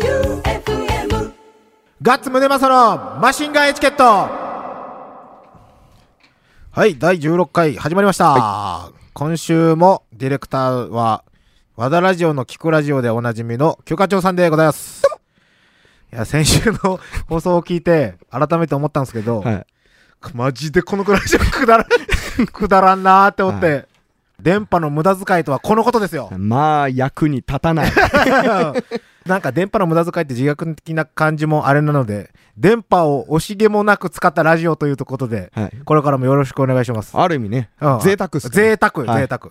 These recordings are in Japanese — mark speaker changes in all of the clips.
Speaker 1: J-O-E-U-F-M
Speaker 2: ガッツムネマソのマシンガンエチケットはい、第16回始まりました。今週もディレクターは、和田ラジオの聞くラジオでおなじみの許課長さんでございます。いや、先週の放送を聞いて、改めて思ったんですけど、
Speaker 3: はい。
Speaker 2: マジでこのくらいじゃくだら、くだらんなーって思って、電波の無駄遣いとはこのことですよ。
Speaker 3: まあ、役に立た ない。
Speaker 2: なんか電波の無駄遣いって自虐的な感じもあれなので、電波を惜しげもなく使ったラジオということで、
Speaker 3: はい。
Speaker 2: これからもよろしくお願いします。
Speaker 3: ある意味ね
Speaker 2: うん、
Speaker 3: 贅沢っすね
Speaker 2: 贅沢、
Speaker 3: はい
Speaker 2: 贅沢。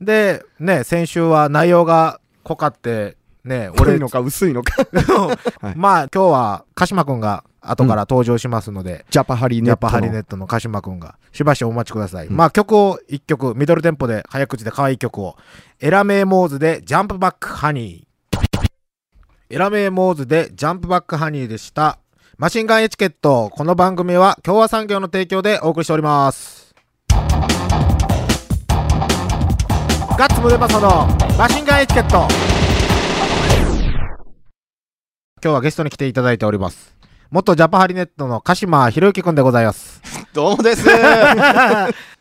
Speaker 2: で、ね、先週は内容が濃かって、ね、
Speaker 3: 濃
Speaker 2: 俺
Speaker 3: いのか薄いのか。はい
Speaker 2: まあ今日は鹿島くんが後から登場しますので、
Speaker 3: ジャパハリネ
Speaker 2: や
Speaker 3: ットの。
Speaker 2: っぱハリネットの鹿島くんがしばしお待ちください。まあ曲を一曲、ミドルテンポで早口で可愛い曲を。エラメーモーズでジャンプバックハニー。エラメーモーズでジャンプバックハニーでした。マシンガンエチケット。この番組は共和産業の提供でお送りしております。ガッツムデパソのマシンガンエチケット。今日はゲストに来ていただいております。元ジャパハリネットの鹿島博之くんでございます。
Speaker 4: どうもです。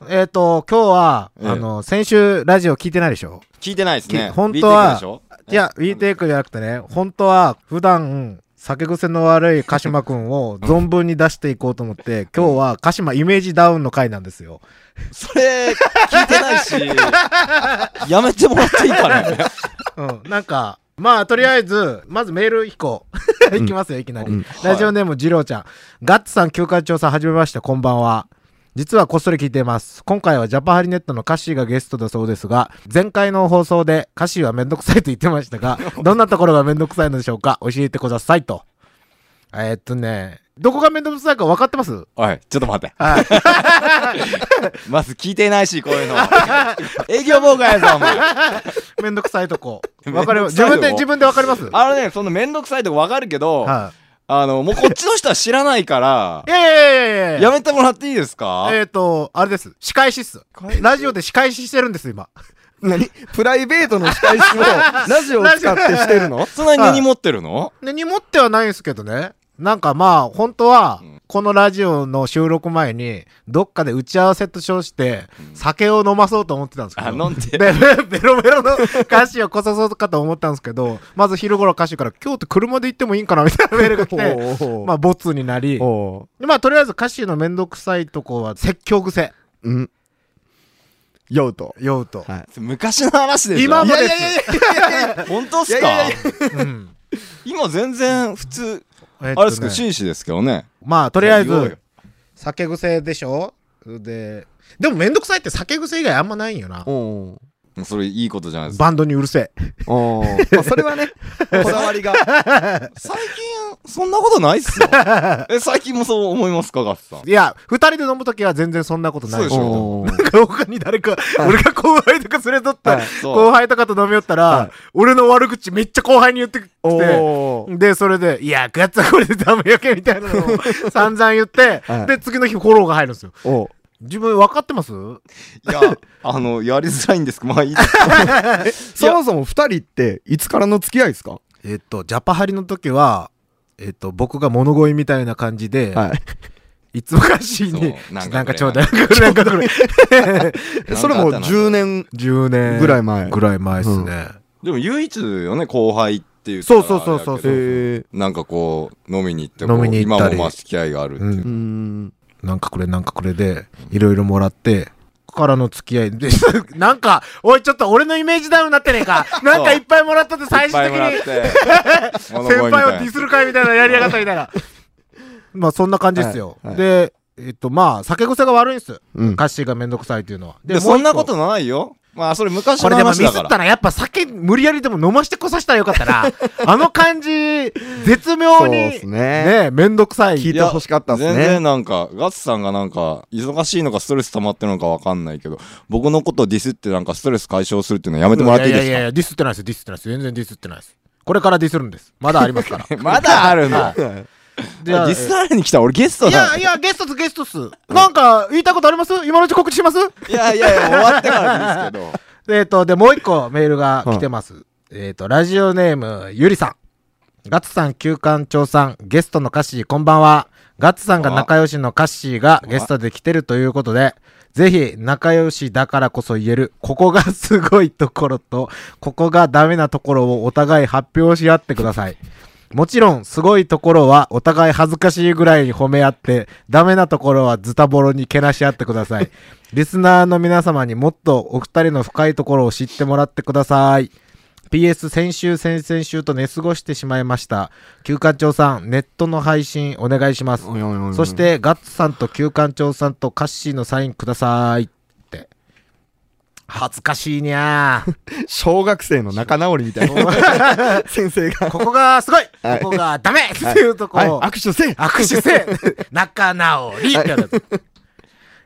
Speaker 2: えっと、今日は、
Speaker 4: ええ
Speaker 2: あの、先週ラジオ聞いてないでしょ、
Speaker 4: 聞いてないです ね。
Speaker 2: き本当は
Speaker 4: WeTake でしょ
Speaker 2: いや、ウィーテイクじゃなくてね、本当は普段、酒癖の悪い鹿島くんを存分に出していこうと思って、今日は鹿島イメージダウンの回なんですよ。
Speaker 4: それ、聞いてないし、やめてもらっていいかね。
Speaker 2: うん、なんか、まあ、とりあえず、まずメール引こう。いきますよ、いきなり。
Speaker 3: うん
Speaker 2: ラジオネーム、二郎ちゃん。ガッツさん、休暇調査、はじめまして、こんばんは。実はこっそり聞いています。今回はジャパハリネットのカッシーがゲストだそうですが、前回の放送でカッシーはめんどくさいと言ってましたが、どんなところがめんどくさいのでしょうか教えてくださいと。えーっとね、どこがめんどくさいか分かってます
Speaker 4: おい、ちょっと待って。
Speaker 2: はい。
Speaker 4: まず聞いてないし、こういうの。営業妨害やぞ、お前。
Speaker 2: めんどくさいとこ。
Speaker 4: めん
Speaker 2: 分
Speaker 4: ど
Speaker 2: かる
Speaker 4: く
Speaker 2: 自
Speaker 4: さいよ
Speaker 2: 分で、自分で分かります
Speaker 4: あのね、そのめんどくさいとこわかるけど、
Speaker 2: は
Speaker 4: あの、もうこっちの人は知らないから
Speaker 2: い。い、やいやいやいやいや
Speaker 4: やめてもらっていいですか
Speaker 2: えっ、ー、と、あれです。仕返しっす。ラジオで仕返ししてるんです、今。
Speaker 3: 何プライベートの仕返 しをラジオを使ってしてるの
Speaker 4: そんなに根に持ってるの
Speaker 2: で、に持ってはないんですけどね。なんかまあ、本当は
Speaker 4: ん、
Speaker 2: このラジオの収録前に、どっかで打ち合わせと称して、酒を飲まそうと思ってたんですけど。
Speaker 4: あ、飲んで。
Speaker 2: で、 ベロベロの歌詞をこそそうかと思ったんですけど、まず昼頃歌詞から、今日って車で行ってもいいんかなみたいなメールが来て、
Speaker 3: お
Speaker 2: まあ、ボツになり、
Speaker 3: お
Speaker 2: でまあ、とりあえず歌詞のめんどくさいとこは、説教癖、
Speaker 3: うん。酔うと。
Speaker 2: 酔うと。
Speaker 3: はい。
Speaker 4: 昔の話でしょ
Speaker 2: 今もです。
Speaker 4: 本当っす
Speaker 3: いや
Speaker 4: か
Speaker 3: いやい
Speaker 2: うん
Speaker 4: 今全然普通、
Speaker 2: えっとね
Speaker 4: あれっすか、紳士ですけどね。
Speaker 2: まあ、とりあえ
Speaker 4: いや言おうよ
Speaker 2: ず、酒癖でしょで、でもめんどくさいって酒癖以外あんまないんよな。
Speaker 3: お
Speaker 4: もうそれいいことじゃないですか。
Speaker 2: バンドにうるせえ。
Speaker 3: おまあそれは ね、こだわりが。
Speaker 4: 最近、そんなことないっすよ。え、最近もそう思いますか、ガッツさん。
Speaker 2: いや、二人で飲むときは全然そんなことない
Speaker 4: そうでしょ
Speaker 3: おー
Speaker 2: なんか他に誰か、俺が後輩とか連れとった、
Speaker 3: はい
Speaker 4: そう
Speaker 2: 後輩とかと飲みよったら、
Speaker 3: はい
Speaker 2: 俺の悪口めっちゃ後輩に言ってきて、
Speaker 3: おー
Speaker 2: で、それで、いや、ガッツはこれでダメやけみたいなのを 散々言って、
Speaker 3: はい
Speaker 2: で、次の日フォローが入るんですよ。
Speaker 3: お
Speaker 2: 自分分かってます
Speaker 4: い や、あの、やりづらいんですけど、まあいいです。
Speaker 3: そもそも二人って、いつからの付き合いですか
Speaker 2: えっと、ジャパハリの時は、えっと、僕が物乞いみたいな感じで、
Speaker 3: はい。
Speaker 2: いつもかしいに
Speaker 4: そ、う
Speaker 2: な
Speaker 4: なんん
Speaker 2: か
Speaker 4: か
Speaker 2: ちょうだい、なんかこれ、
Speaker 3: それも10年。
Speaker 2: 10年
Speaker 3: ぐらい前
Speaker 2: ぐらい前っすね。
Speaker 4: でも唯一よね、後輩っていう。
Speaker 2: そうそうそうそう
Speaker 4: あれやけど
Speaker 3: え
Speaker 4: なんかこう、飲みに行ってこう、
Speaker 2: 飲みに行ったり
Speaker 4: 今もまあ付き合いがあるっていうう。
Speaker 3: ー。
Speaker 2: ん
Speaker 3: うーん。
Speaker 2: なんかこれ、なんかこれで、いろいろもらって、からの付き合いで、 なんか、おい、ちょっと俺のイメージダウンになってねえ か。なんかいっぱいもらったって最終的
Speaker 4: いっ
Speaker 2: に、
Speaker 4: ぱいもらって
Speaker 2: 先
Speaker 4: 物乞いみたいな
Speaker 2: 輩をディスる会みたいなのやりやがったみたいな。 まあ、そんな感じっすよ。
Speaker 3: はいはい
Speaker 2: で、えっと、まあ、酒癖が悪いんす。
Speaker 3: うん
Speaker 2: 歌詞がめんどくさいっていうのは。
Speaker 4: で、そんなこ
Speaker 2: もう一個
Speaker 4: とないよ。まあ、それ昔
Speaker 2: こ
Speaker 4: の
Speaker 2: れでもミ
Speaker 4: 話
Speaker 2: ス
Speaker 4: だか
Speaker 2: った
Speaker 4: ら。
Speaker 2: な。やっぱ酒無理やりでも飲ましてこさせたらよかった な。あの感じ、絶妙
Speaker 3: そう
Speaker 2: に。
Speaker 3: ですね。
Speaker 2: ねえ、めんどくさい。
Speaker 3: 聞いてほしかったです
Speaker 4: 全
Speaker 3: ね
Speaker 4: 然。なんか、ガッツさんがなんか、忙しいのかストレス溜まってるのかわかんないけど、僕のことをディスってなんかストレス解消するっていうのやめてもらっていいで
Speaker 2: や
Speaker 4: すか
Speaker 2: いやいや、ディスってないですよ、ディスってないです。全然ディスってないです。これからディスるんです。まだあります から。
Speaker 4: まだあるんだ。
Speaker 3: はい
Speaker 4: ディスられに来た俺ゲスト
Speaker 2: いや
Speaker 4: だ。
Speaker 2: いや、ゲストっす、ゲストっす。なんか、言いたいことあります今のうち告知します
Speaker 4: いやいやいや、終わってからですけど。
Speaker 2: えっと、で、もう一個メールが来てます。えっ、と、ラジオネーム、ゆりさん。ガッツさん、旧館長さん、ゲストの歌詞、こんばんは。ガッツさんが仲良しの歌詞がゲストで来てるということで、ぜひ仲良しだからこそ言える、ここがすごいところと、ここがダメなところをお互い発表し合ってください。もちろん、すごいところはお互い恥ずかしいぐらいに褒め合って、ダメなところはズタボロにけなし合ってください。 リスナーの皆様にもっとお二人の深いところを知ってもらってください。PS 先週先々週と寝過ごしてしまいました旧館長さんネットの配信お願いします
Speaker 4: おいおいおいおい
Speaker 2: そしてガッツさんと旧館長さんとカッシーのサインくださいって恥ずかしいにゃ ー
Speaker 3: 小学生の仲直りみたいな先生が、
Speaker 2: ここがすごい、
Speaker 3: はい
Speaker 2: ここがダメっていうとこ
Speaker 3: はい、
Speaker 2: ろ、
Speaker 3: 握手せえ
Speaker 2: 握手せ 仲直りってやつ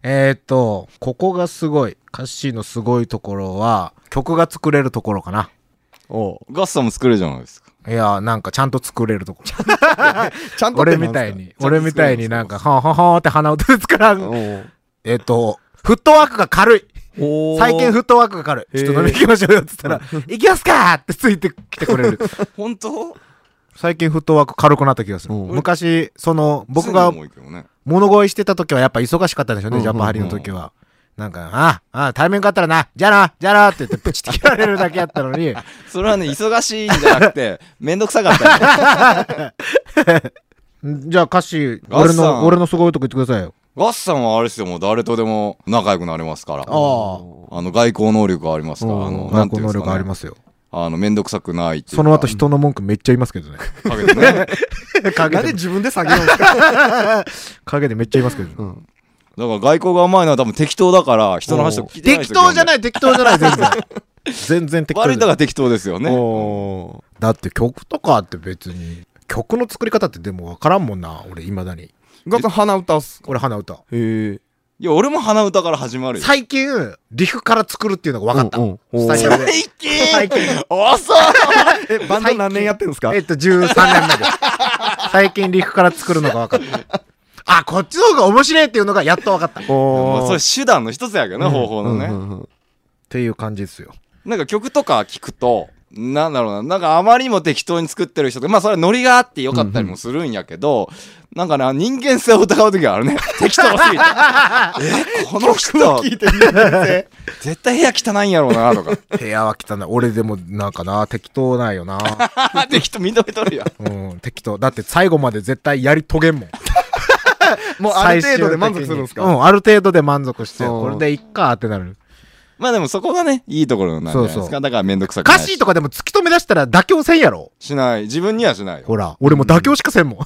Speaker 2: えーっとここがすごいカッシーのすごいところは曲が作れるところかな
Speaker 3: おう
Speaker 4: ガッサンも作るじゃないですか。
Speaker 2: いやなんかちゃんと作れるところ
Speaker 3: ちゃんとって
Speaker 2: 俺
Speaker 3: なん
Speaker 2: み
Speaker 3: すか
Speaker 2: たいに、俺みたいになんか、はんはんはんって鼻歌でから
Speaker 3: お
Speaker 2: ん。
Speaker 3: う
Speaker 2: えっと、フットワークが軽い。
Speaker 3: おう
Speaker 2: 最近フットワークが軽い。
Speaker 3: へー
Speaker 2: ちょっと飲み行きましょうよって言ったら、行きますかってついてきてく れる。
Speaker 4: 本当
Speaker 2: 最近フットワーク軽くなった気がする。
Speaker 3: うん
Speaker 2: 昔、その、僕が
Speaker 4: 多いけどね。
Speaker 2: 物乞いしてた時はやっぱ忙しかったんでしょうね、
Speaker 3: うん
Speaker 2: ジャパハリの時は。なんか、ああ、ああ、対面があったらな、じゃあな、じゃあなって言って、プチって切られるだけやったのに、
Speaker 4: それはね、忙しいんじゃなくて、めんどくさかったんだよ。
Speaker 2: んじゃあ歌詞、
Speaker 4: ガッ
Speaker 2: 俺
Speaker 4: サン
Speaker 2: の、俺のすごいとこ言ってくださいよ。
Speaker 4: ガッサンはあれですよ、もう誰とでも仲良くなれますか
Speaker 2: あ
Speaker 4: ら。あの、外交能力がありますから、あの、な
Speaker 2: あ、
Speaker 4: んてい
Speaker 2: こ
Speaker 4: うん
Speaker 2: 能
Speaker 4: です
Speaker 2: 力
Speaker 4: か
Speaker 2: あり
Speaker 4: ね。
Speaker 2: ますよ。
Speaker 4: あの、めんどくさくないっていうか
Speaker 2: その後、人の文句めっちゃ言いますけ どね。
Speaker 4: だけどね。
Speaker 2: 陰
Speaker 3: なん
Speaker 2: で
Speaker 3: で自分で下げるんですか、
Speaker 2: 陰でめっちゃ言いますけど、
Speaker 3: うん、
Speaker 4: だから外交が甘いのは多分適当だから、人の話を聞いてない。
Speaker 2: 適当じゃないい適当じゃない全 然全然適当
Speaker 4: 悪い
Speaker 2: じゃ
Speaker 4: と
Speaker 2: ない
Speaker 4: が適当ですよね。
Speaker 3: おう
Speaker 2: だって曲とかって別に曲の作り方ってでも分からんもんな俺いまだに
Speaker 3: ガッツン鼻歌っす
Speaker 2: 俺鼻歌
Speaker 3: へえ
Speaker 4: いや、俺も鼻歌から始まるよ。
Speaker 2: 最近リフから作るっていうのが分かった、
Speaker 3: うんうんおー
Speaker 2: スタジオで
Speaker 4: 最近
Speaker 2: 最近
Speaker 4: 遅い
Speaker 3: えバンド何年やってんですか
Speaker 2: えっと13年目です最近リフから作るのが分かったあこっちの方が面白いっていうのがやっと分かったっ
Speaker 4: まあ
Speaker 3: お
Speaker 4: それ手段の一つやけどね、方法のね。
Speaker 3: ね
Speaker 2: ていう感じですよ
Speaker 4: なんか曲とか聞くと、なんだろうな、なんかあまりにも適当に作ってる人とか、まあそれはノリがあってよかったりもするんやけど、なんかな、人間性を疑う時があ るね。適当すぎて。え、この人、
Speaker 3: 聞いてみて先
Speaker 4: 絶対部屋汚いんやろうな、とか。
Speaker 2: 部屋は汚い俺でもなんかな適当なんよな
Speaker 4: 適当認めとるやん。
Speaker 2: うん適当だって最後まで絶対やり遂げ んもん
Speaker 3: 生もうある程度で満足するんです
Speaker 2: う
Speaker 3: か
Speaker 2: ん、ある程度で満足して、
Speaker 3: うん
Speaker 2: これでいっかってなる。
Speaker 4: まあでもそこがね、いいところなんじゃないですか。
Speaker 2: そうそう
Speaker 4: だからめんどくさくない
Speaker 2: 歌詞とかでも突き止め出したら妥協せんやろ
Speaker 4: しない。自分にはしないよ。
Speaker 2: ほら、俺も妥協しかせ んもん。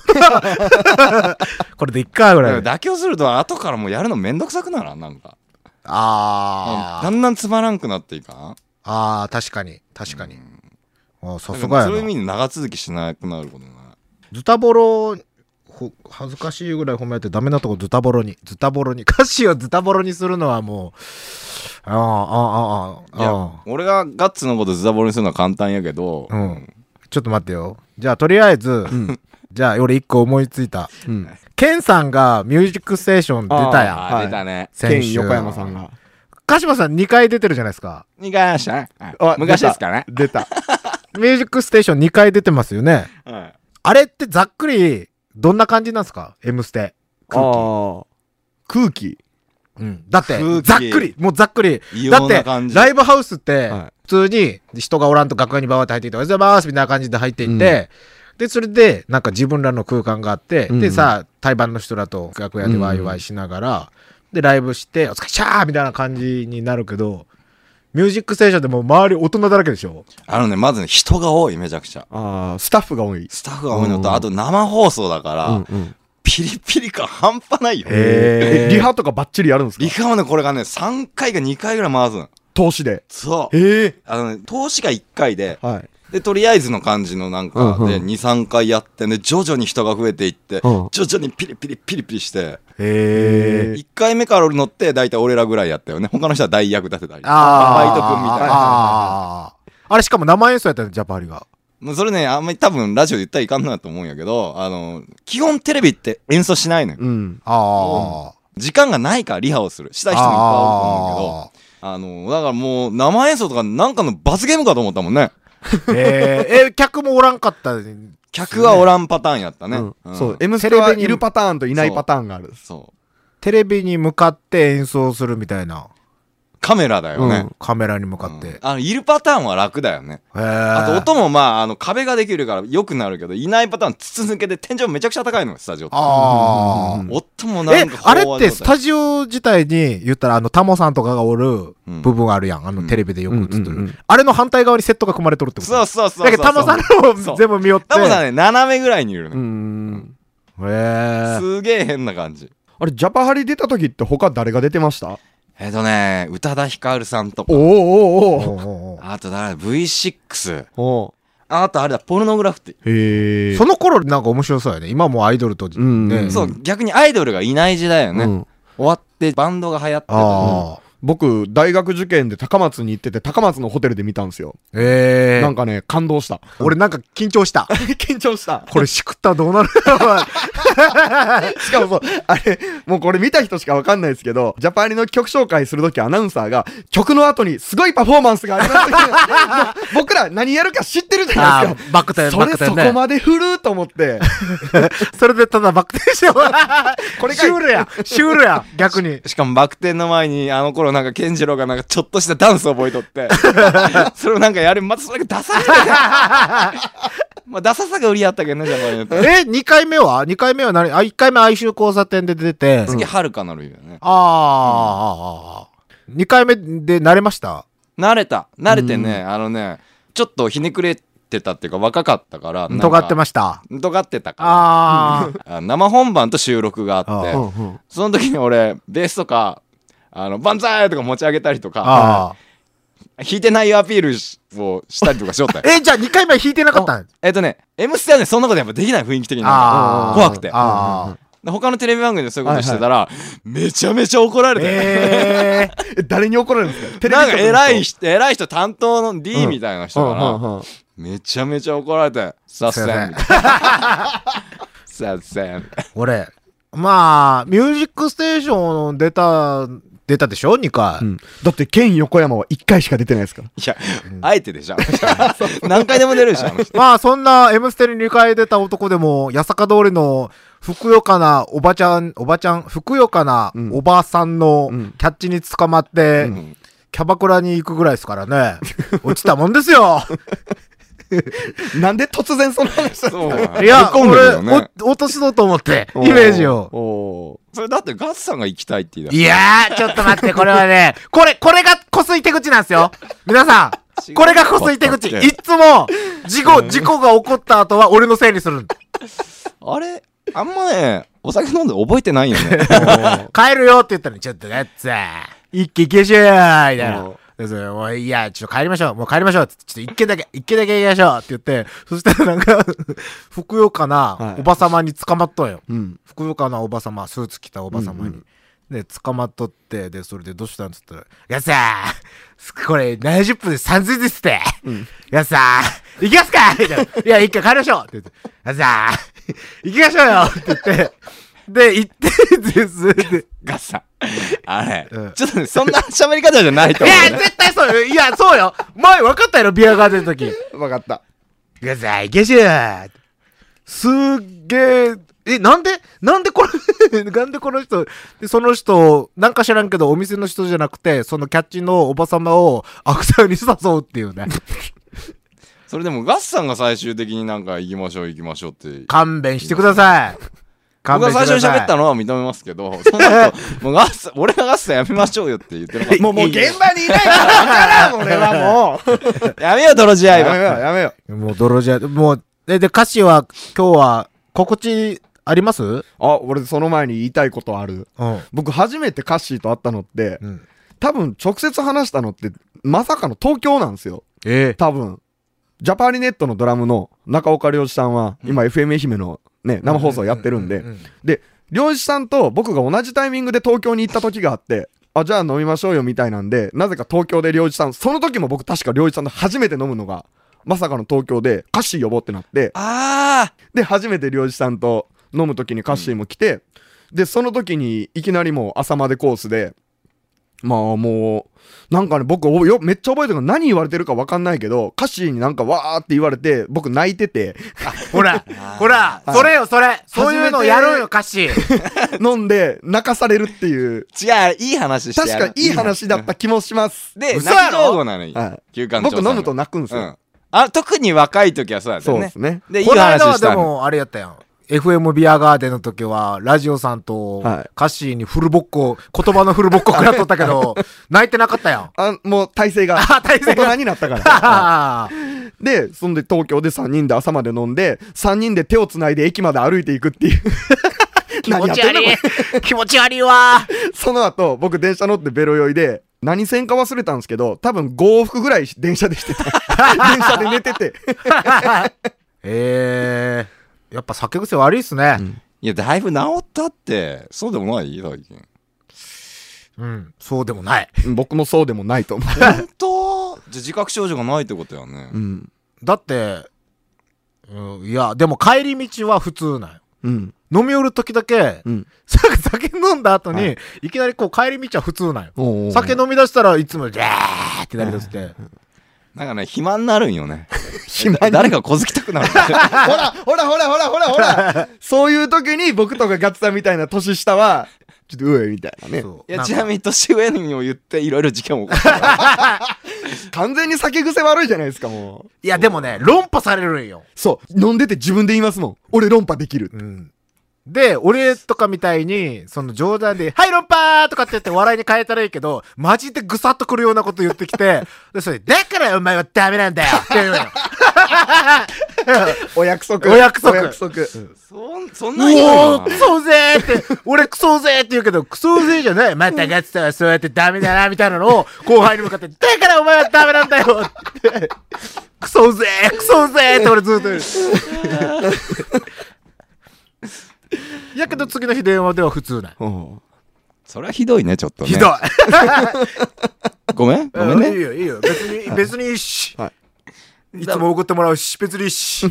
Speaker 2: これでいっかぐら
Speaker 4: だ
Speaker 2: い
Speaker 4: か。ら妥協すると後からもうやるのめんどくさくならんなんか。
Speaker 2: あ
Speaker 4: だ
Speaker 2: ー。
Speaker 4: んだんつまらんくなっていかん
Speaker 2: あー、確かに、確かに。あーさす
Speaker 4: なんか
Speaker 2: が
Speaker 4: そうい
Speaker 2: や
Speaker 4: う意
Speaker 2: な。
Speaker 4: 味で長続きしなくなることない。
Speaker 2: ズタボロ、ほ恥ずかしいぐらい褒め合ってダメなとこズタボロに、ズタボロに。 歌詞をズタボロにするのはもう、あーあー、あ
Speaker 4: い
Speaker 2: ー、あ
Speaker 4: や
Speaker 2: ー、あ、
Speaker 4: 俺がガッツのことズタボロにするのは簡単やけど、
Speaker 2: ー。うん。ちょっと待ってよ。じゃあ、とりあえず、
Speaker 3: ん
Speaker 2: じゃあ、俺一個思いついた。
Speaker 3: うん
Speaker 2: ケンさんがミュージックステーション出たやん。
Speaker 4: あー
Speaker 3: はい
Speaker 4: 出たね。
Speaker 2: 先
Speaker 3: 県
Speaker 2: 週。
Speaker 3: 横山さんが
Speaker 2: 鹿島さん2回出てるじゃないですか。
Speaker 4: 昔ね。
Speaker 3: あ
Speaker 4: 昔ですかね。
Speaker 3: 出た
Speaker 2: ミュージックステーション2回出てますよね。
Speaker 4: はい
Speaker 2: あれってざっくり、どんな感じなんですか ?M ステ。
Speaker 3: 空気空気
Speaker 2: うん。だって
Speaker 4: 空、気
Speaker 2: ざっくり、もうざっくり
Speaker 4: 異。様
Speaker 2: だっ
Speaker 4: な
Speaker 2: て
Speaker 4: 感、じ
Speaker 2: ライブハウスって
Speaker 3: は、
Speaker 2: 普通に人がおらんと楽屋にバーって入っていって、おはようございますみたいな感じで入っていって、で、それで、なんか自分らの空間があって、
Speaker 3: うん
Speaker 2: でさ、対バンの人らと楽屋でワイワイしながら、で、ライブして、お疲れっしゃーみたいな感じになるけど、ミュージックステーションでもう周り大人だらけでしょ
Speaker 4: あのね、まずね、人が多い、めちゃくちゃ。
Speaker 3: あースタッフが多い
Speaker 4: スタッフが多いの
Speaker 3: う
Speaker 4: と、
Speaker 3: ん
Speaker 4: あと生放送だから、ピリピリ感半端ないよ。
Speaker 2: へー
Speaker 3: えリハとかバッチリやるんですか
Speaker 4: リカはね、これがね、3回か2回ぐらい回すの。
Speaker 3: 投資で
Speaker 4: そう。
Speaker 3: ええ
Speaker 4: あのね、投資が1回で、
Speaker 3: はい
Speaker 4: で、とりあえずの感じのなんか
Speaker 3: うんうん
Speaker 4: で、2、3回やって、で、徐々に人が増えていっ
Speaker 3: う
Speaker 4: て、
Speaker 3: ん
Speaker 4: 徐々にピリピリピリピリして、
Speaker 2: へ
Speaker 3: え
Speaker 4: 1回目から乗って、だいたい俺らぐらいやったよね。他の人は代役立てたり。
Speaker 2: あー
Speaker 4: バイト君みたいな。
Speaker 2: あーあれしかも生演奏やったのジャパハリが。
Speaker 4: もうそれね、あんまり多分ラジオで言ったらいかんなと思うんやけど、あの、基本テレビって演奏しないのよ。
Speaker 3: うん
Speaker 2: ああ。
Speaker 4: 時間がないからリハをする。したい人もいっぱいおると思うんやけど、あの、だからもう生演奏とかなんかの罰ゲームかと思ったもんね。
Speaker 2: えー、え、客もおらんかった。
Speaker 4: 客はおらんパターンやったね。
Speaker 3: うん
Speaker 4: ん
Speaker 3: そう、M ス
Speaker 2: テ
Speaker 3: テ
Speaker 2: レビに
Speaker 3: はいるパターンといないパターンがある。
Speaker 4: そ
Speaker 2: テレビに向かって演奏するみたいな。
Speaker 4: う。カメラだよね。
Speaker 2: カメラに向か
Speaker 4: うん
Speaker 2: って。
Speaker 4: あの、いるパターンは楽だよね。
Speaker 2: へー
Speaker 4: あと音もまあ、あの壁ができるから良くなるけど、いないパターン筒抜けで天井めちゃくちゃ高いのよ、スタジオって。
Speaker 2: あー
Speaker 3: うん
Speaker 4: 音もな
Speaker 2: え
Speaker 4: んか、
Speaker 2: あれ
Speaker 4: 飽和
Speaker 2: っ
Speaker 4: 状態
Speaker 2: てスタジオ自体に言ったら、あの、タモさんとかがおる
Speaker 4: うん
Speaker 2: 部分あるやん。あの、
Speaker 4: うん
Speaker 2: テレビでよく映って
Speaker 3: うんうんう
Speaker 2: る
Speaker 3: ん。
Speaker 2: あれの反対側にセットが組まれとるってこと
Speaker 4: そうそうそうそう。
Speaker 2: だけど、タモさんの
Speaker 4: そ
Speaker 2: を
Speaker 4: う
Speaker 2: 全部見よって。
Speaker 4: タモさんね、斜めぐらいにい
Speaker 3: う
Speaker 4: るのよ。
Speaker 3: ん。
Speaker 2: へー
Speaker 4: すげえ変な感じ。
Speaker 3: あれ、ジャパハリ出た時って他誰が出てました
Speaker 4: えっとね、宇多田ヒカルさんと
Speaker 3: お
Speaker 4: か、
Speaker 3: お
Speaker 2: おう
Speaker 3: お
Speaker 2: おうおう
Speaker 4: あと誰だ、V6、
Speaker 3: おお
Speaker 4: ああとあれだ、ポルノグラフって。
Speaker 3: へえ。
Speaker 2: その頃なんか面白そうやね。今もうアイドルと、
Speaker 3: ん
Speaker 2: ね。。
Speaker 4: そうう、逆にアイドルがいない時代よね。
Speaker 3: うん
Speaker 4: 終わってバンドが流行ってた。
Speaker 2: ああ。
Speaker 3: 僕、大学受験で高松に行ってて、高松のホテルで見たんですよ。
Speaker 2: ええ。
Speaker 3: なんかね、感動した。
Speaker 2: 俺なんか緊張した。
Speaker 3: 緊張した。
Speaker 2: これしくったらどうなる やろ
Speaker 3: しかもそう、あれ、もうこれ見た人しかわかんないですけど、ジャパニの曲紹介するときアナウンサーが、曲の後にすごいパフォーマンスがあります もう僕ら何やるか知ってるじゃないですか。
Speaker 2: あーバック転
Speaker 3: そ
Speaker 2: バッ
Speaker 3: れ
Speaker 2: ク
Speaker 3: そ
Speaker 2: 転ね
Speaker 3: こまで振ると 思って、
Speaker 2: それでただバク転して こ
Speaker 3: れが
Speaker 2: シュールやシュールや逆 に。
Speaker 4: しかもバク転の前にあの頃なんか健次郎がなんかちょっとしたダンス覚えとってそれをなんかやるまたそれがダサい まあダサさが売りやったけどねジャパニーって
Speaker 2: え、2回目は ?2 回目は何あ、1回目哀愁交差点で出て。
Speaker 4: 次はるかなるよね、
Speaker 2: ああ、2回目で慣れました
Speaker 4: 慣れた慣れてね、あのねちょっとひねくれてたっていうか若かったからなんか
Speaker 2: 尖ってました。
Speaker 4: 尖ってたから
Speaker 2: ああ。
Speaker 4: あ生本番と収録があって
Speaker 2: あ
Speaker 4: その時に俺ベースとかあのバンザーとか持ち上げたりとか
Speaker 2: ああ。
Speaker 4: 弾いてないアピールしをしたりとかしよったよ
Speaker 2: え、じゃあ2回目は弾いてなかったん
Speaker 4: えっとね、M ステはね、そんなことやっぱできない雰囲気的に。
Speaker 2: ああ。
Speaker 4: 怖くて。
Speaker 2: ああ。
Speaker 4: で他のテレビ番組でそういうことしてたら、めちゃめちゃ怒られて。
Speaker 2: ええ。
Speaker 3: え誰に怒られるんですかテレビ
Speaker 4: なんか
Speaker 3: 局の人
Speaker 4: 偉い人、偉い人担当の D みたいな人
Speaker 3: うん
Speaker 4: か
Speaker 3: う
Speaker 4: ら、
Speaker 3: んうん
Speaker 4: めちゃめちゃ怒られて、さっせん
Speaker 2: すいません。
Speaker 4: さっせん。
Speaker 2: 俺、まあ、ミュージックステーション出た、出たでしょ ?2 回。
Speaker 3: うんだって、ケン横山は1回しか出てないですから。
Speaker 4: いや、あえてでしょ。何回でも出るでしょ、あの人。
Speaker 2: まあそんな「M ステ」に2回出た男でも八坂通りのふくよかなおばちゃんおばちゃんふくよかな
Speaker 3: うん
Speaker 2: おばさんの
Speaker 3: うん
Speaker 2: キャッチに捕まって、
Speaker 4: ん
Speaker 2: キャバクラに行くぐらいですからね 落ちたもんです よ
Speaker 3: なんで突然その話だ
Speaker 4: そうなの。
Speaker 2: いや
Speaker 4: ぶっ込んでるよ
Speaker 2: 俺、
Speaker 4: ね。
Speaker 2: お落としそうと思って イメージを
Speaker 3: を。
Speaker 4: それだってガッツさんが行きたいって言い出し
Speaker 2: いやーちょっと待ってこれはね これこれがこすい手口なんですよ皆さ
Speaker 4: 違
Speaker 2: ん
Speaker 4: う
Speaker 2: これがこすい手口
Speaker 4: だって
Speaker 2: いつも事故事故が起こった後は俺のせいにするんだ
Speaker 4: あれ、あんまね、お酒飲んで覚えてないよ ね。
Speaker 2: 帰るよって言ったのに、ちょっとねっつー、一軒行きましょうよみたいな
Speaker 3: うん。
Speaker 2: でそれもういいや、ちょっと帰りましょう。もう帰りましょう。つってちょっと一軒だけ、一軒だけ行きましょうって言って、そしたらなんか、 ふくよかな
Speaker 3: はい
Speaker 2: おばさまに捕まっとんよ。
Speaker 3: うん。
Speaker 2: ふくよかなおばさま、スーツ着たおばさま
Speaker 3: うん
Speaker 2: に。で、捕まっとって、で、それでどうしたんつったら、やっさー、これ70分で3000ですって。やっさー、行きますかみたいな。いや、一回帰りましょうって言って、やっさー、行きましょうよって言って、で、行って、で、それ で、
Speaker 4: ガッツさん。あれ、
Speaker 2: うん
Speaker 4: ちょっとね、そんな喋り方じゃないと
Speaker 2: い
Speaker 4: 思う、
Speaker 2: や、
Speaker 4: ね。
Speaker 2: 絶対そうよ。いや、そうよ。前分かったやろ、ビアガーデンの時。い
Speaker 3: わかった。
Speaker 2: や、さいけしゅーすっげーえ、なんでなんでこれなんでこの 人、でその人、なんか知らんけど、お店の人じゃなくて、そのキャッチのおばさまを悪態に誘うっていうね。
Speaker 4: それでもガッツさんが最終的になんか行きましょう行きましょうって。
Speaker 2: 勘弁してください。勘
Speaker 4: 僕
Speaker 2: 弁
Speaker 4: が
Speaker 2: して
Speaker 4: 最
Speaker 2: くだ
Speaker 4: 初
Speaker 2: さい。
Speaker 4: に喋ったのは認めますけど、その後、もうガッツ、俺がガッツさんやめましょうよって言ってなかった。
Speaker 3: もう、もう現場にいないからわからん、俺 はもう。
Speaker 4: やめよう、泥仕合
Speaker 3: やめよう、
Speaker 4: は。
Speaker 3: やめよう。
Speaker 2: もう泥じゃ、もう、で、で、歌詞は、今日は、心地ありますうん。
Speaker 3: あ、俺その前に言いたいことある。僕初めてカッシーと会ったのって、
Speaker 2: うん。
Speaker 3: 多分直接話したのって、まさかの東京なんですよ。
Speaker 2: ええ
Speaker 3: 多分。ジャパニネットのドラムの中岡良一さんは、今 FM 愛媛のね、生放送やってるんで、で、良一さんと僕が同じタイミングで東京に行った時があって、あ、じゃあ飲みましょうよみたいなんで、なぜか東京で良一さん、その時も僕確か良一さんと初めて飲むのが、まさかの東京でカッシー呼ぼうってなって、
Speaker 4: あ
Speaker 3: で初めて漁師さんと飲む時にカッシーも来て、でその時にいきなりもう朝までコースでまあもう、なんかね、僕およ、めっちゃ覚えてるのが何言われてるか分かんないけど、歌詞になんかわーって言われて、僕泣いて て、
Speaker 2: ほら、ほら、それよ、それ。そういうのやろうよ、歌詞。
Speaker 3: 飲んで泣かされるっていう、
Speaker 4: 違う、いい話して
Speaker 3: 確
Speaker 4: や
Speaker 3: かいい話だった気もします。
Speaker 4: で、
Speaker 2: 嘘や
Speaker 4: 泣き
Speaker 2: ろ
Speaker 4: 道具なのに
Speaker 3: は。
Speaker 4: 休館長
Speaker 3: 僕
Speaker 4: さん
Speaker 3: 飲むと泣くんです
Speaker 4: う
Speaker 3: よ
Speaker 4: ん。。あ、特に若い時はそうだった
Speaker 3: そ
Speaker 4: よ
Speaker 3: うで
Speaker 4: ね
Speaker 3: す。ね。
Speaker 4: で、いい
Speaker 2: この
Speaker 4: 話
Speaker 2: 間は
Speaker 4: し
Speaker 2: で
Speaker 4: たの。
Speaker 2: も、あれやったやん。FM ビアガーデンの時は、ラジオさんと
Speaker 3: はい
Speaker 2: 歌詞にフルボッコ、言葉のフルボッコ食らっとったけど、泣いてなかったや ん。
Speaker 3: あもう体勢が
Speaker 2: あ体勢
Speaker 3: 大
Speaker 2: が
Speaker 3: 人になったからは い
Speaker 2: あー
Speaker 3: でそんで東京で3人で朝まで飲んで3人で手をつないで駅まで歩いていくっていう
Speaker 2: 気持ち
Speaker 3: 何やってん
Speaker 2: 悪
Speaker 3: のこれ
Speaker 2: い。気持ち悪いわ。
Speaker 3: その後僕電車乗ってベロ酔いで何線か忘れたんですけど多分5往復ぐらい電車でして た電車で寝てて
Speaker 2: ええー、やっぱ酒癖悪いっすね。
Speaker 4: いや、だいぶ治ったって。そうでもない最 近。
Speaker 2: うん、そうでもない。
Speaker 3: 僕もそうでもないと思
Speaker 4: 本当じゃあ自覚症状がないってことやね
Speaker 3: うう。ん
Speaker 2: だって、うん、いや、でも帰り道は普通なんよ。
Speaker 3: うん
Speaker 2: 飲み寄る時だけ、
Speaker 3: うん
Speaker 2: さ 酒飲んだ後に、、
Speaker 3: はい
Speaker 2: きなりこう帰り道は普通なんよ。
Speaker 3: おー
Speaker 2: 酒飲み出したらいつも、ジャーってなりだして。
Speaker 4: なんかね、暇になるん よね。
Speaker 3: 暇に
Speaker 4: 誰か小づきた くなる。
Speaker 3: ほらほらほらほらほらほら そういう時に僕とかガッツさんみたいな年下はちょっとうえみたいなね
Speaker 2: そう
Speaker 4: いや、
Speaker 2: んか
Speaker 4: ちなみに年上にも言って、いろいろ事件を起 こした。
Speaker 3: 完全に酒癖悪いじゃないですかもう
Speaker 2: いや、でもね、論破されるんよ。
Speaker 3: そう。飲んでて自分で言いますもん。俺論破できる。
Speaker 2: うん。で、俺とかみたいに、その冗談で、はい、論破ーとかって言って笑いに変えたらいいけど、マジでぐさっとくるようなこと言ってきて、で、それ、だからお前はダメなんだよって言うのよ。
Speaker 3: お約束。
Speaker 2: お約束
Speaker 3: お約束。
Speaker 4: そん、そんなん
Speaker 2: うお
Speaker 4: よ
Speaker 2: ー、ク。ソぜーって、俺クソぜーって言うけど、クソぜーじゃない。またガッツさんはそうやってダメだな、みたいなのを後輩に向かって、だからお前はダメなんだよって。クソぜー、クソぜーって俺ずっと言う。やけど次の日電話では普通ない。
Speaker 3: うん
Speaker 4: それはひどいね、ちょっとね。
Speaker 2: ひどい。
Speaker 4: ごめんごめん
Speaker 2: いい
Speaker 4: ね。
Speaker 2: よ、いいよ。別に、別にいいし。、
Speaker 3: はい
Speaker 2: つも怒ってもらうし、別にいいし。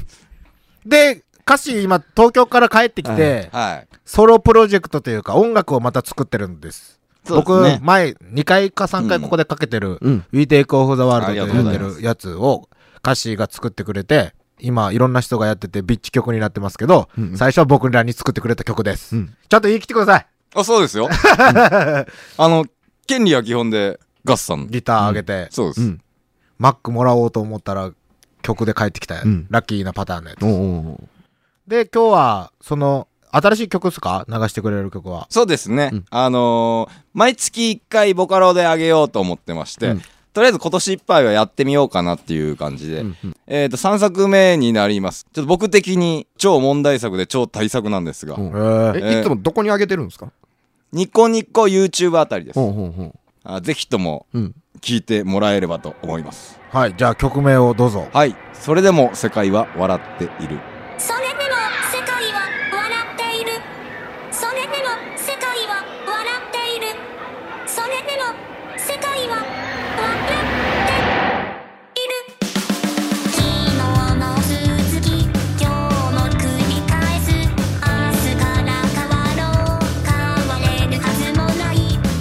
Speaker 2: で、歌詞今、東京から帰ってきて、
Speaker 4: はい。
Speaker 2: ソロプロジェクトというか、音楽をまた作ってるんです。
Speaker 4: そうですね
Speaker 2: 僕、前、2回か3回ここでかけてる、
Speaker 3: うん。
Speaker 2: We Take Off the World と
Speaker 4: ありがとうござい
Speaker 2: や
Speaker 4: ま
Speaker 2: ってるやつを、歌詞が作ってくれて、今、いろんな人がやってて、ビッチ曲になってますけど、
Speaker 3: んうん
Speaker 2: 最初は僕らに作ってくれた曲です。
Speaker 3: うん
Speaker 2: ちゃんと言い切ってください。
Speaker 4: あ、そうです よ。うんあの、権利は基本で、ガスさん。
Speaker 2: ギター上げて。
Speaker 4: そうで
Speaker 3: う
Speaker 4: す。
Speaker 3: ん。
Speaker 2: マックもらおうと思ったら曲で帰ってきた、
Speaker 3: うん
Speaker 2: ラッキーなパターンのやつ
Speaker 3: おうおう
Speaker 2: で今日はその新しい曲っすか流してくれる曲は
Speaker 4: そうですね
Speaker 3: うん。
Speaker 4: あのー、毎月一回ボカロであげようと思ってまし
Speaker 3: う
Speaker 4: て
Speaker 3: ん、
Speaker 4: とりあえず今年いっぱいはやってみようかなっていう感じで
Speaker 3: うんうん。
Speaker 4: えっと、3作目になります。ちょっと僕的に超問題作で超大作なんですが
Speaker 3: う、ん
Speaker 2: え
Speaker 4: え
Speaker 3: え、いつもどこにあげてるんですか
Speaker 4: ニコニコ YouTube あたりです。
Speaker 3: ほうほうほう。
Speaker 4: あぜひとも
Speaker 3: うん。
Speaker 4: 聞いてもらえればと思います。
Speaker 2: はいじゃあ曲名をどうぞ
Speaker 4: はい。それでも世界は笑っている。
Speaker 5: それでも世界は笑っているそれでも世界は笑っているそれでも世界は笑っている昨日の続き今日も繰り返す明日から変わろう変われるはずもない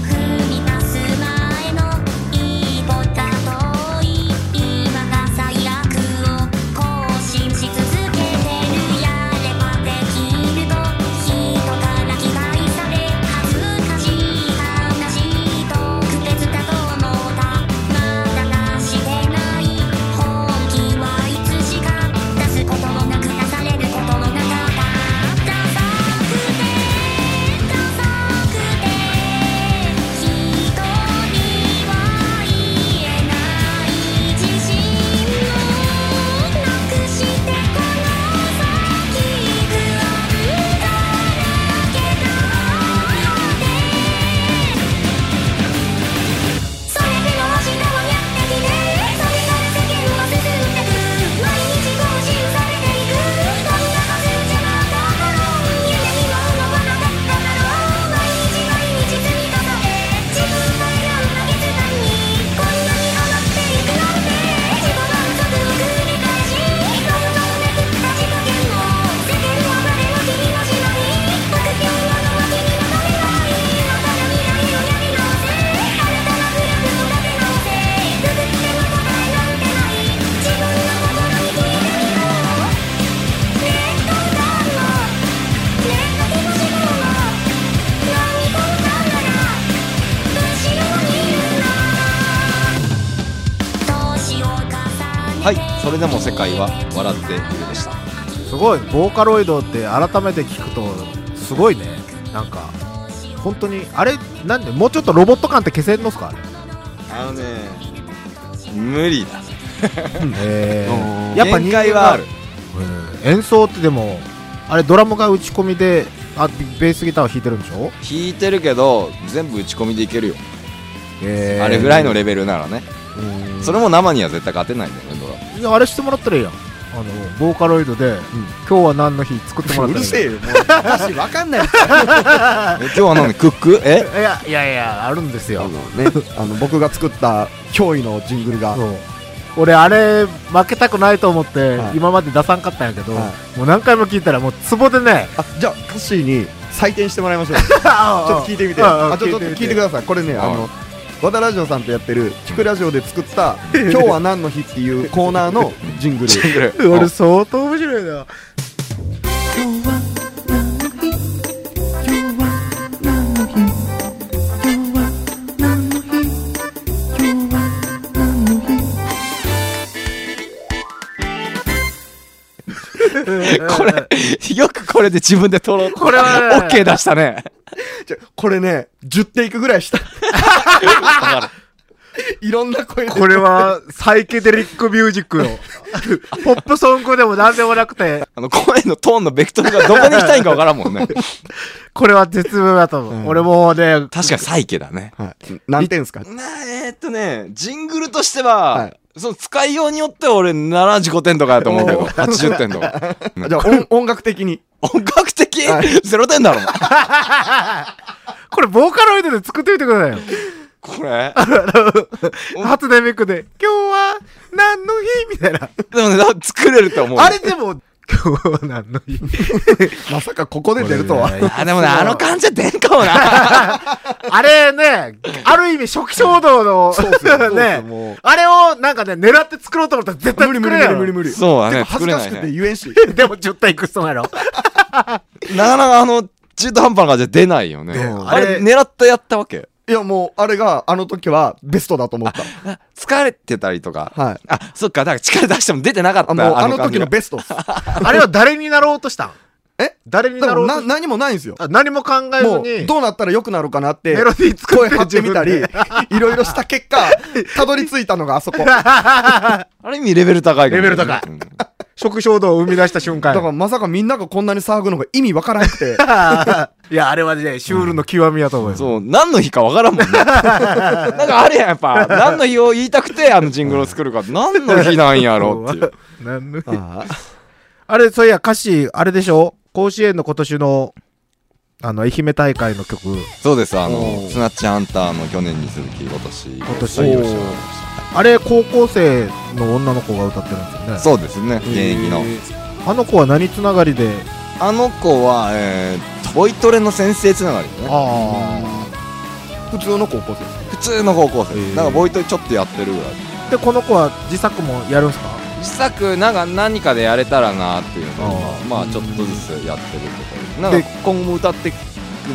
Speaker 5: 踏み出す前の一歩だ遠い今が最悪を更新し続けて
Speaker 4: それでも世界は笑っているでした
Speaker 2: すごいボーカロイドって改めて聞くとすごいねなんか本当にあれなんでもうちょっとロボット感って消せんのっすかあれ
Speaker 4: あのね無理だ
Speaker 2: えー、
Speaker 3: うん
Speaker 2: やっぱ
Speaker 4: 限
Speaker 2: 人
Speaker 4: 界
Speaker 2: 間
Speaker 4: は
Speaker 2: が
Speaker 4: ある
Speaker 2: うん演奏ってでもあれドラムが打ち込みであベースギターを弾いてるんでしょ、
Speaker 4: 弾いてるけど全部打ち込みでいけるよ、
Speaker 2: えー
Speaker 4: あれぐらいのレベルならね
Speaker 2: うん
Speaker 4: それも生には絶対勝てないんだよねドラ
Speaker 2: いやあれしてもらったらいいやんあのボーカロイドで、今日は何の日作ってもらっ
Speaker 3: う
Speaker 2: たら
Speaker 3: る
Speaker 2: いい
Speaker 3: せえ
Speaker 2: え
Speaker 3: よもう歌詞わかんない
Speaker 4: え今日は何クックえ
Speaker 2: いやいやいやあるんです
Speaker 3: あ
Speaker 2: よ
Speaker 3: のねあの僕が作った驚異のジングルが
Speaker 2: そう俺あれ負けたくないと思って
Speaker 3: はい
Speaker 2: 今まで出さんかったんやけど、
Speaker 3: は
Speaker 2: もう何回も聞いたらもうツボでね
Speaker 3: あじゃあ歌詞に採点してもらいましょ う
Speaker 2: ちょっと
Speaker 3: ちょっと聞いてみて、あちょちょっと聞いてください、これね、あの和田ラジオさんとやってる、聞くラジオで作った、今日は何の日っていうコーナーの ジングル、
Speaker 4: ジングル
Speaker 2: 俺相当面白いな
Speaker 4: これよくこれで自分で撮ろうこ
Speaker 2: れはね
Speaker 4: OK 出したね
Speaker 3: ちょこれね、10テイクぐらいした、
Speaker 4: わかる
Speaker 3: いろんな声で、
Speaker 2: これはサイケデリックミュージッ クのポップソングでも何でもなくて
Speaker 4: あの声のトーンのベクトルがどこに行きたいんかわからんもんね
Speaker 2: これは絶妙だと思う、
Speaker 3: うん
Speaker 2: 俺もうね
Speaker 4: 確かにサイケだね
Speaker 3: はい、何点ですか、
Speaker 4: なえー、っとねジングルとしては、
Speaker 3: はい
Speaker 4: その使いようによっては俺75点とかやと 思うけど
Speaker 3: お
Speaker 4: 80点とか
Speaker 3: じゃあ音、音楽的に、
Speaker 4: 音楽的、
Speaker 3: はい
Speaker 4: ゼロ点だろお前
Speaker 2: これボーカロイドで作ってみてくださいよ
Speaker 4: これ
Speaker 2: 初デミックで「今日は何の日?」みたいな
Speaker 4: でもね多分作れると思う
Speaker 2: あれでも「今日は何の日?」
Speaker 3: まさかここで出るとは、
Speaker 4: あでもねあの感じは出んかもな
Speaker 2: あれね、ある意味初期衝動の、
Speaker 3: そうっすよそうっすよも
Speaker 2: ね
Speaker 3: う、
Speaker 2: あれをなんかね、狙って作ろうと思ったら絶対
Speaker 3: 無理
Speaker 2: 作
Speaker 3: 無
Speaker 2: れ
Speaker 3: 理
Speaker 2: ない
Speaker 3: 無理無理無理、
Speaker 4: そうだね
Speaker 3: でも恥ずかし
Speaker 4: 作れ
Speaker 3: く
Speaker 4: ない
Speaker 3: て言えんし、
Speaker 2: でも10対いくつもやろ。
Speaker 4: なかなかあの中途半端な感じは出ないよね
Speaker 2: 出ない
Speaker 4: あれ狙ってやったわけ
Speaker 3: いや、もう、あれが、あの時はベストだと思った、
Speaker 4: あ疲れてたりとか、
Speaker 3: はい
Speaker 4: あそっかだから力出しても出てなかった
Speaker 3: あもうあの
Speaker 4: 感じ
Speaker 3: 時
Speaker 4: が
Speaker 3: のベストっす、
Speaker 2: あれは誰になろうとしたん
Speaker 3: え
Speaker 2: 誰に
Speaker 3: だか
Speaker 2: な
Speaker 3: ら
Speaker 2: ろう
Speaker 3: な
Speaker 2: とし
Speaker 3: 何もないんですよ。
Speaker 2: たあ何も考え
Speaker 3: も
Speaker 2: ず
Speaker 3: う
Speaker 2: に、
Speaker 3: どうなったら良くなるかなって
Speaker 2: メロディー作
Speaker 3: 声
Speaker 2: って
Speaker 3: 張ってみたりいろいろした結 果たどり着いたのがあそこだか
Speaker 4: ある意味レベル高いか
Speaker 2: レ
Speaker 4: もね
Speaker 2: ベル高い
Speaker 4: うん
Speaker 2: 食衝動を生み出した瞬 間。
Speaker 3: らまさかみんながこんなに騒ぐのが意味わからなくて
Speaker 2: いや、あれはね、シュールの極みやと思うよ。
Speaker 4: そう、何の日かわからん もんね。なんかあれやん、やっぱ。何の日を言いたくて、あのジングルを作るか。何の日なんやろっていう。
Speaker 2: 何の日
Speaker 3: あー
Speaker 2: あれ、そういや、歌詞、あれでしょ甲子園の今年の、あの、愛媛大会の曲、
Speaker 4: そうです、あ
Speaker 3: お
Speaker 4: の、
Speaker 3: ー
Speaker 4: スナッチハンターの去年に続き、今年。今
Speaker 2: 年あれ、高校生の女の子が歌ってるんですよね。
Speaker 4: そうですね、現役の。
Speaker 2: あの子は何つながりで、
Speaker 4: あの子は、えー、トイトレの先生つながりだね。
Speaker 2: あ
Speaker 3: 普通の高校生です
Speaker 4: 普通の高校
Speaker 2: へ
Speaker 4: 生。
Speaker 2: ー
Speaker 4: なんかボイトレちょっとやってるぐらい。
Speaker 2: あ。で、この子は自作もやるんすか
Speaker 4: 自作、なんか何かでやれたらなっていう
Speaker 2: あ
Speaker 4: のは、
Speaker 2: ー
Speaker 4: まあ、ちょっとずつやってるけど。なんか今後も歌っていく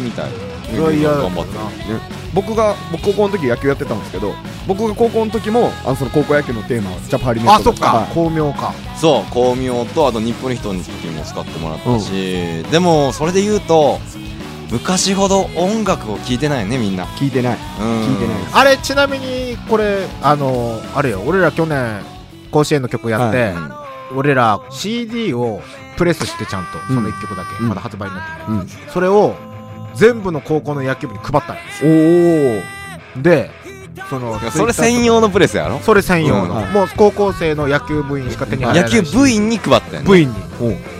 Speaker 4: みたいな。
Speaker 2: いやいや
Speaker 4: 頑張ってる。
Speaker 3: 僕が僕高校の時野球やってたんですけど僕が高校の時もあのその高校野球のテーマはジャパリネット
Speaker 2: あ、そっか。
Speaker 3: はい
Speaker 2: 巧妙か。
Speaker 4: そう光明とあと日本の人の時も使ってもらったし、でもそれで言うと昔ほど音楽を聴いてないよねみんな
Speaker 3: 聞いてない
Speaker 4: 聞
Speaker 3: 聞いてない
Speaker 2: あれ、ちなみに、これ、あの、あれよ、俺ら去年、甲子園の曲やって、俺ら CD をプレスしてちゃんと、その1曲だけ、
Speaker 3: うん
Speaker 2: まだ発売になってない、
Speaker 3: うん
Speaker 2: それを、全部の高校の野球部に配ったんです
Speaker 3: おー
Speaker 2: で、その、
Speaker 4: それ専用のプレスやろ
Speaker 2: それ専用の、
Speaker 3: うん
Speaker 2: もう高校生の野球部員しか手に入ら
Speaker 4: 野
Speaker 2: ない
Speaker 4: 球部員に配ったよね
Speaker 2: 部員に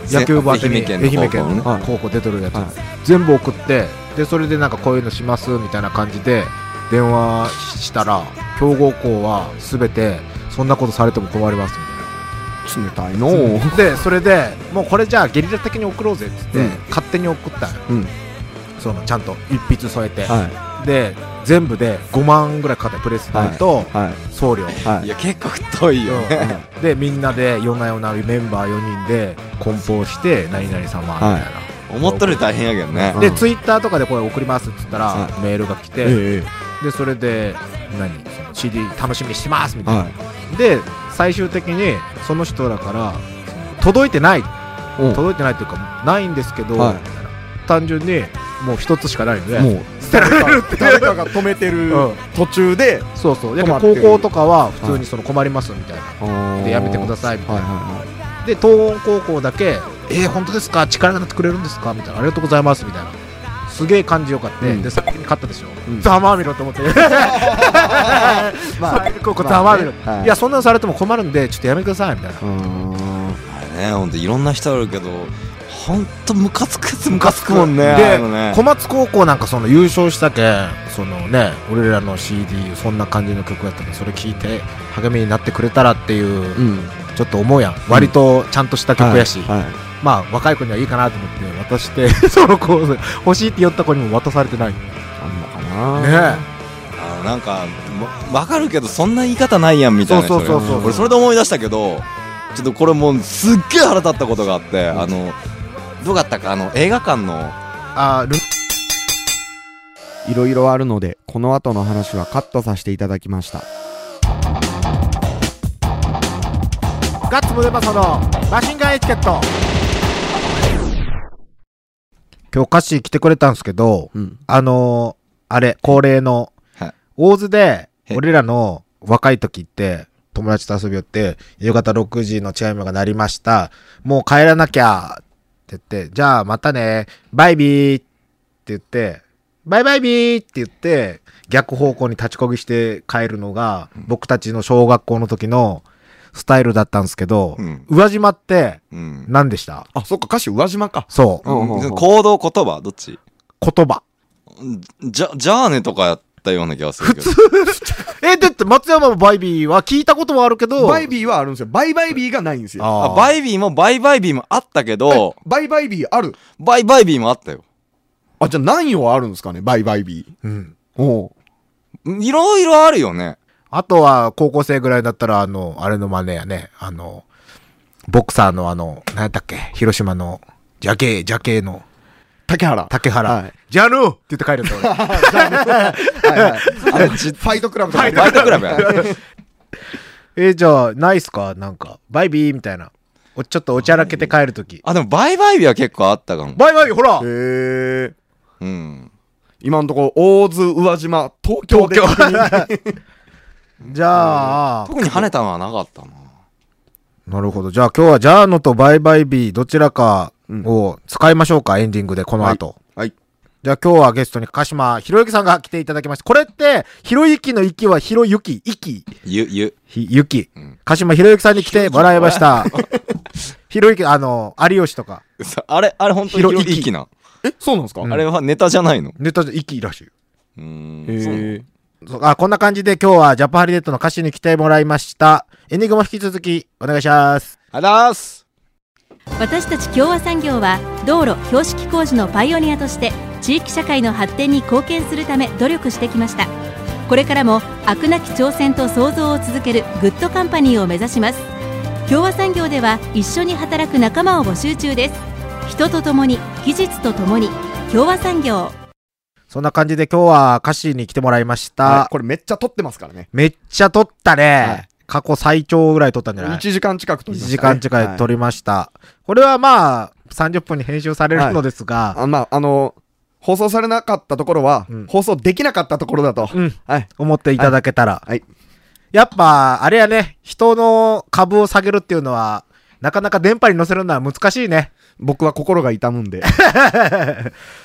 Speaker 4: せ
Speaker 2: 野球部宛てに
Speaker 4: 愛媛県の
Speaker 2: 愛媛県の
Speaker 3: 高校のね
Speaker 2: 高校出てるやつ、
Speaker 3: はい
Speaker 2: 全部送ってでそれでなんかこういうのしますみたいな感じで電話したら強豪校は全てそんなことされても困りますみたいな
Speaker 3: 冷たいのー
Speaker 2: でそれでもうこれじゃあゲリラ的に送ろうぜって言って、
Speaker 3: うん
Speaker 2: 勝手に送ったのよ
Speaker 3: うん
Speaker 2: そのちゃんと一筆添えて、
Speaker 3: は
Speaker 2: で全部で5万ぐらいかかったプレス代と
Speaker 3: いは
Speaker 2: 送料、
Speaker 3: いはいい
Speaker 4: や結構太いよね
Speaker 2: うんでみんなで夜な夜なメンバー4人で梱包して「何々様」みたいな、
Speaker 3: はい
Speaker 4: 思っとるより大変やけどね
Speaker 3: うん
Speaker 2: で、ツイッターとかでこれ送りますって言ったら、
Speaker 3: は
Speaker 2: メールが来て、
Speaker 3: ええ
Speaker 2: でそれで何その CD 楽しみにしてますみたいな、
Speaker 3: は
Speaker 2: で最終的にその人らから届いてない
Speaker 3: うん
Speaker 2: 届いてないというかないんですけど、
Speaker 3: はい
Speaker 2: 単純にもう一つしかないんで
Speaker 3: もう
Speaker 2: 捨てられるって
Speaker 3: 誰かが止めてる
Speaker 2: うん
Speaker 3: 途中で
Speaker 2: そうそうやっ
Speaker 3: 困
Speaker 2: ぱ
Speaker 3: ってる
Speaker 2: 高校とかは普通にその困りますみたいな、でやめてくだ
Speaker 3: さ
Speaker 2: さいみたい
Speaker 3: は
Speaker 2: な、
Speaker 3: いはい
Speaker 2: で東音高校だけ「えー、本当ですか力になってくれるんですか?」みたいな「ありがとうございます」みたいなすげえ感じよかった、
Speaker 3: うん
Speaker 2: で先に勝ったでしょ
Speaker 3: うん
Speaker 2: ざまあみろと思って
Speaker 3: まあ
Speaker 2: まあここざまあみろ、
Speaker 3: まあねはい
Speaker 2: いやそんなのされても困るんでちょっとやめてくださいみたいな
Speaker 3: はい
Speaker 4: あれねほんといろんな人あるけどほんとムカつくやつムカつくもんねあ
Speaker 2: で、
Speaker 4: のね
Speaker 2: 小松高校なんかその優勝したけんそのね俺らの CD そんな感じの曲やったんでそれ聞いて励みになってくれたらっていう、
Speaker 3: うん
Speaker 2: ちょっと思うやん割とちゃんとした曲やし、
Speaker 3: はいはい
Speaker 2: まあ若い子にはいいかなと思って渡して その子欲しいって言った子にも渡されてないね
Speaker 3: あんのかな
Speaker 2: え
Speaker 4: あのなんかわわかるけどそんな言い方ないやんみたいな人
Speaker 2: そうそうそうそう
Speaker 4: 俺それで思い出したけどちょっとこれもうすっげえ腹立ったことがあって、あのどうだったかあの映画館の
Speaker 2: あル
Speaker 3: いろいろあるのでこの後の話はカットさせていただきました
Speaker 2: ガッツムデパソのマシンガンエチケット今日歌詞来てくれたんですけど
Speaker 3: うん
Speaker 2: あのーあれ恒例の
Speaker 4: はい
Speaker 2: 大津で
Speaker 4: はい
Speaker 2: 俺らの若い時って友達と遊び寄って夕方6時のチャイムが鳴りましたもう帰らなきゃって言ってじゃあまたねバイビーって言ってバイバイビーって言って逆方向に立ちこぎして帰るのが僕たちの小学校の時のスタイルだったんですけど、
Speaker 4: うん
Speaker 2: 宇和島って
Speaker 4: うん
Speaker 2: 何でした
Speaker 3: あそっか歌詞宇和島か
Speaker 2: そう
Speaker 3: うんうんうん
Speaker 4: 行動言葉どっち
Speaker 2: 言葉
Speaker 4: じゃじゃあねとかやったような気がするけど
Speaker 2: えだって松山のバイビーは聞いたことはあるけど
Speaker 3: バイビーはあるんですよバイバイビーがないんですよ
Speaker 4: あ
Speaker 2: あ
Speaker 4: バイビーもバイバイビーもあったけど
Speaker 3: バイバイビーある
Speaker 4: バイバイビーもあったよ
Speaker 3: あじゃあ何よあるんですかねバイバイビー
Speaker 2: うん
Speaker 3: おう
Speaker 4: いろいろあるよね
Speaker 2: あとは、高校生ぐらいだったら、あの、あれの真似やね。あの、ボクサーのあの、何やったっけ広島の、ジャケー、ジャケーの、
Speaker 3: 竹原
Speaker 2: 竹原。
Speaker 3: はい
Speaker 2: ジャヌーって言って帰るんだ俺。
Speaker 3: はいはいあ れじファイトクラブとか
Speaker 4: バイトクラブや
Speaker 2: えーじゃあ、ないっすかなんか、バイビーみたいな。おちょっとおちゃらけて帰るとき。
Speaker 4: あでもバイバイビーは結構あったかも
Speaker 2: バイバイほら
Speaker 3: へえ
Speaker 4: うん
Speaker 3: 今のところ大津宇和島東京で確認
Speaker 2: じゃあ、
Speaker 4: 特に跳ねたのはなかったな
Speaker 2: なるほど。じゃあ今日は、ジャーノとバイバイビー、どちらかを使いましょうか、エンディングで、この後。
Speaker 3: はい
Speaker 2: じゃあ今日はゲストに鹿島ひろゆきさんが来ていただきました。これって、ひろゆきの息はひろゆき、息、
Speaker 4: ゆゆ
Speaker 2: ひ、ゆき
Speaker 4: うん。
Speaker 2: 鹿島ひろゆきさんに来てもらいま した。ひろゆき、あの、有吉とか。
Speaker 4: さあれあれ本当に
Speaker 2: 広い
Speaker 4: 広い息な
Speaker 3: えそうなんですか
Speaker 2: うん
Speaker 4: あれはネタじゃないの
Speaker 2: ネタで息らしいよ。
Speaker 4: うーんそう
Speaker 3: へえ
Speaker 2: そうあ、こんな感じで今日はジャパハリネットの歌詞に来てもらいました。エンディングも引き続きお願いします。
Speaker 4: あらーす
Speaker 6: 私たち共和産業は道路標識工事のパイオニアとして地域社会の発展に貢献するため努力してきましたこれからも飽くなき挑戦と創造を続けるグッドカンパニーを目指します共和産業では一緒に働く仲間を募集中です人と共に技術と共に共和産業
Speaker 2: そんな感じで今日は歌詞に来てもらいました。
Speaker 3: はいこれめっちゃ撮ってますからね
Speaker 2: めっちゃ撮ったね。
Speaker 3: はい
Speaker 2: 過去最長ぐらい撮ったんじゃない
Speaker 3: 1時間近く撮りま
Speaker 2: 1
Speaker 3: したね
Speaker 2: 時間近い撮りました、これはまあ30分に編集されるのですが、
Speaker 3: あまああの放送されなかったところは、
Speaker 2: うん
Speaker 3: 放送できなかったところだと、
Speaker 2: うん
Speaker 3: はい
Speaker 2: 思っていただけたら、
Speaker 3: はい
Speaker 2: やっぱあれやね人の株を下げるっていうのはなかなか電波に乗せるのは難しいね
Speaker 3: 僕は心が痛むんで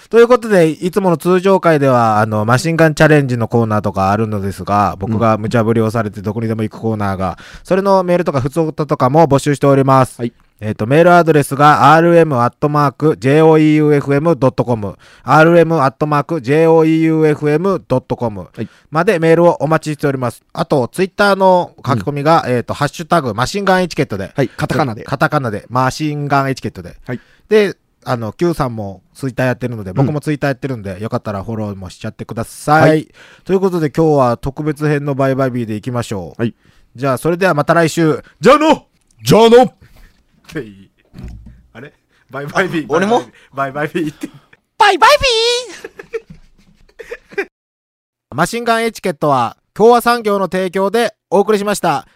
Speaker 2: ということで、いつもの通常会では、あの、マシンガンチャレンジのコーナーとかあるのですが、僕が無茶ぶりをされてどこにでも行くコーナーが、それのメールとか、普通歌とかも募集しております。
Speaker 3: はい
Speaker 2: えっ、と、メールアドレスが rm.joeufm.com、rm.joeufm.com
Speaker 3: はい
Speaker 2: までメールをお待ちしております。あと、ツイッターの書き込みが、えっ、と、ハッシュタグ、マシンガンエチケットで、
Speaker 3: はいカタカナで
Speaker 2: カタカナで、マシンガンエチケットで。
Speaker 3: はい
Speaker 2: で、あの、Q さんもツイッターやってるので、僕もツイッターやってるんで、よかったらフォローもしちゃってください。
Speaker 3: は
Speaker 2: ということで今日は特別編のバイバイビーでいきましょう。
Speaker 3: はい
Speaker 2: じゃあ、それではまた来週、じゃあの
Speaker 3: じゃあの
Speaker 2: っていいあれバイバイビー。
Speaker 4: 俺も
Speaker 2: バイバイビーって。
Speaker 4: バイバイビー
Speaker 2: マシンガンエチケットは、共和産業の提供でお送りしました。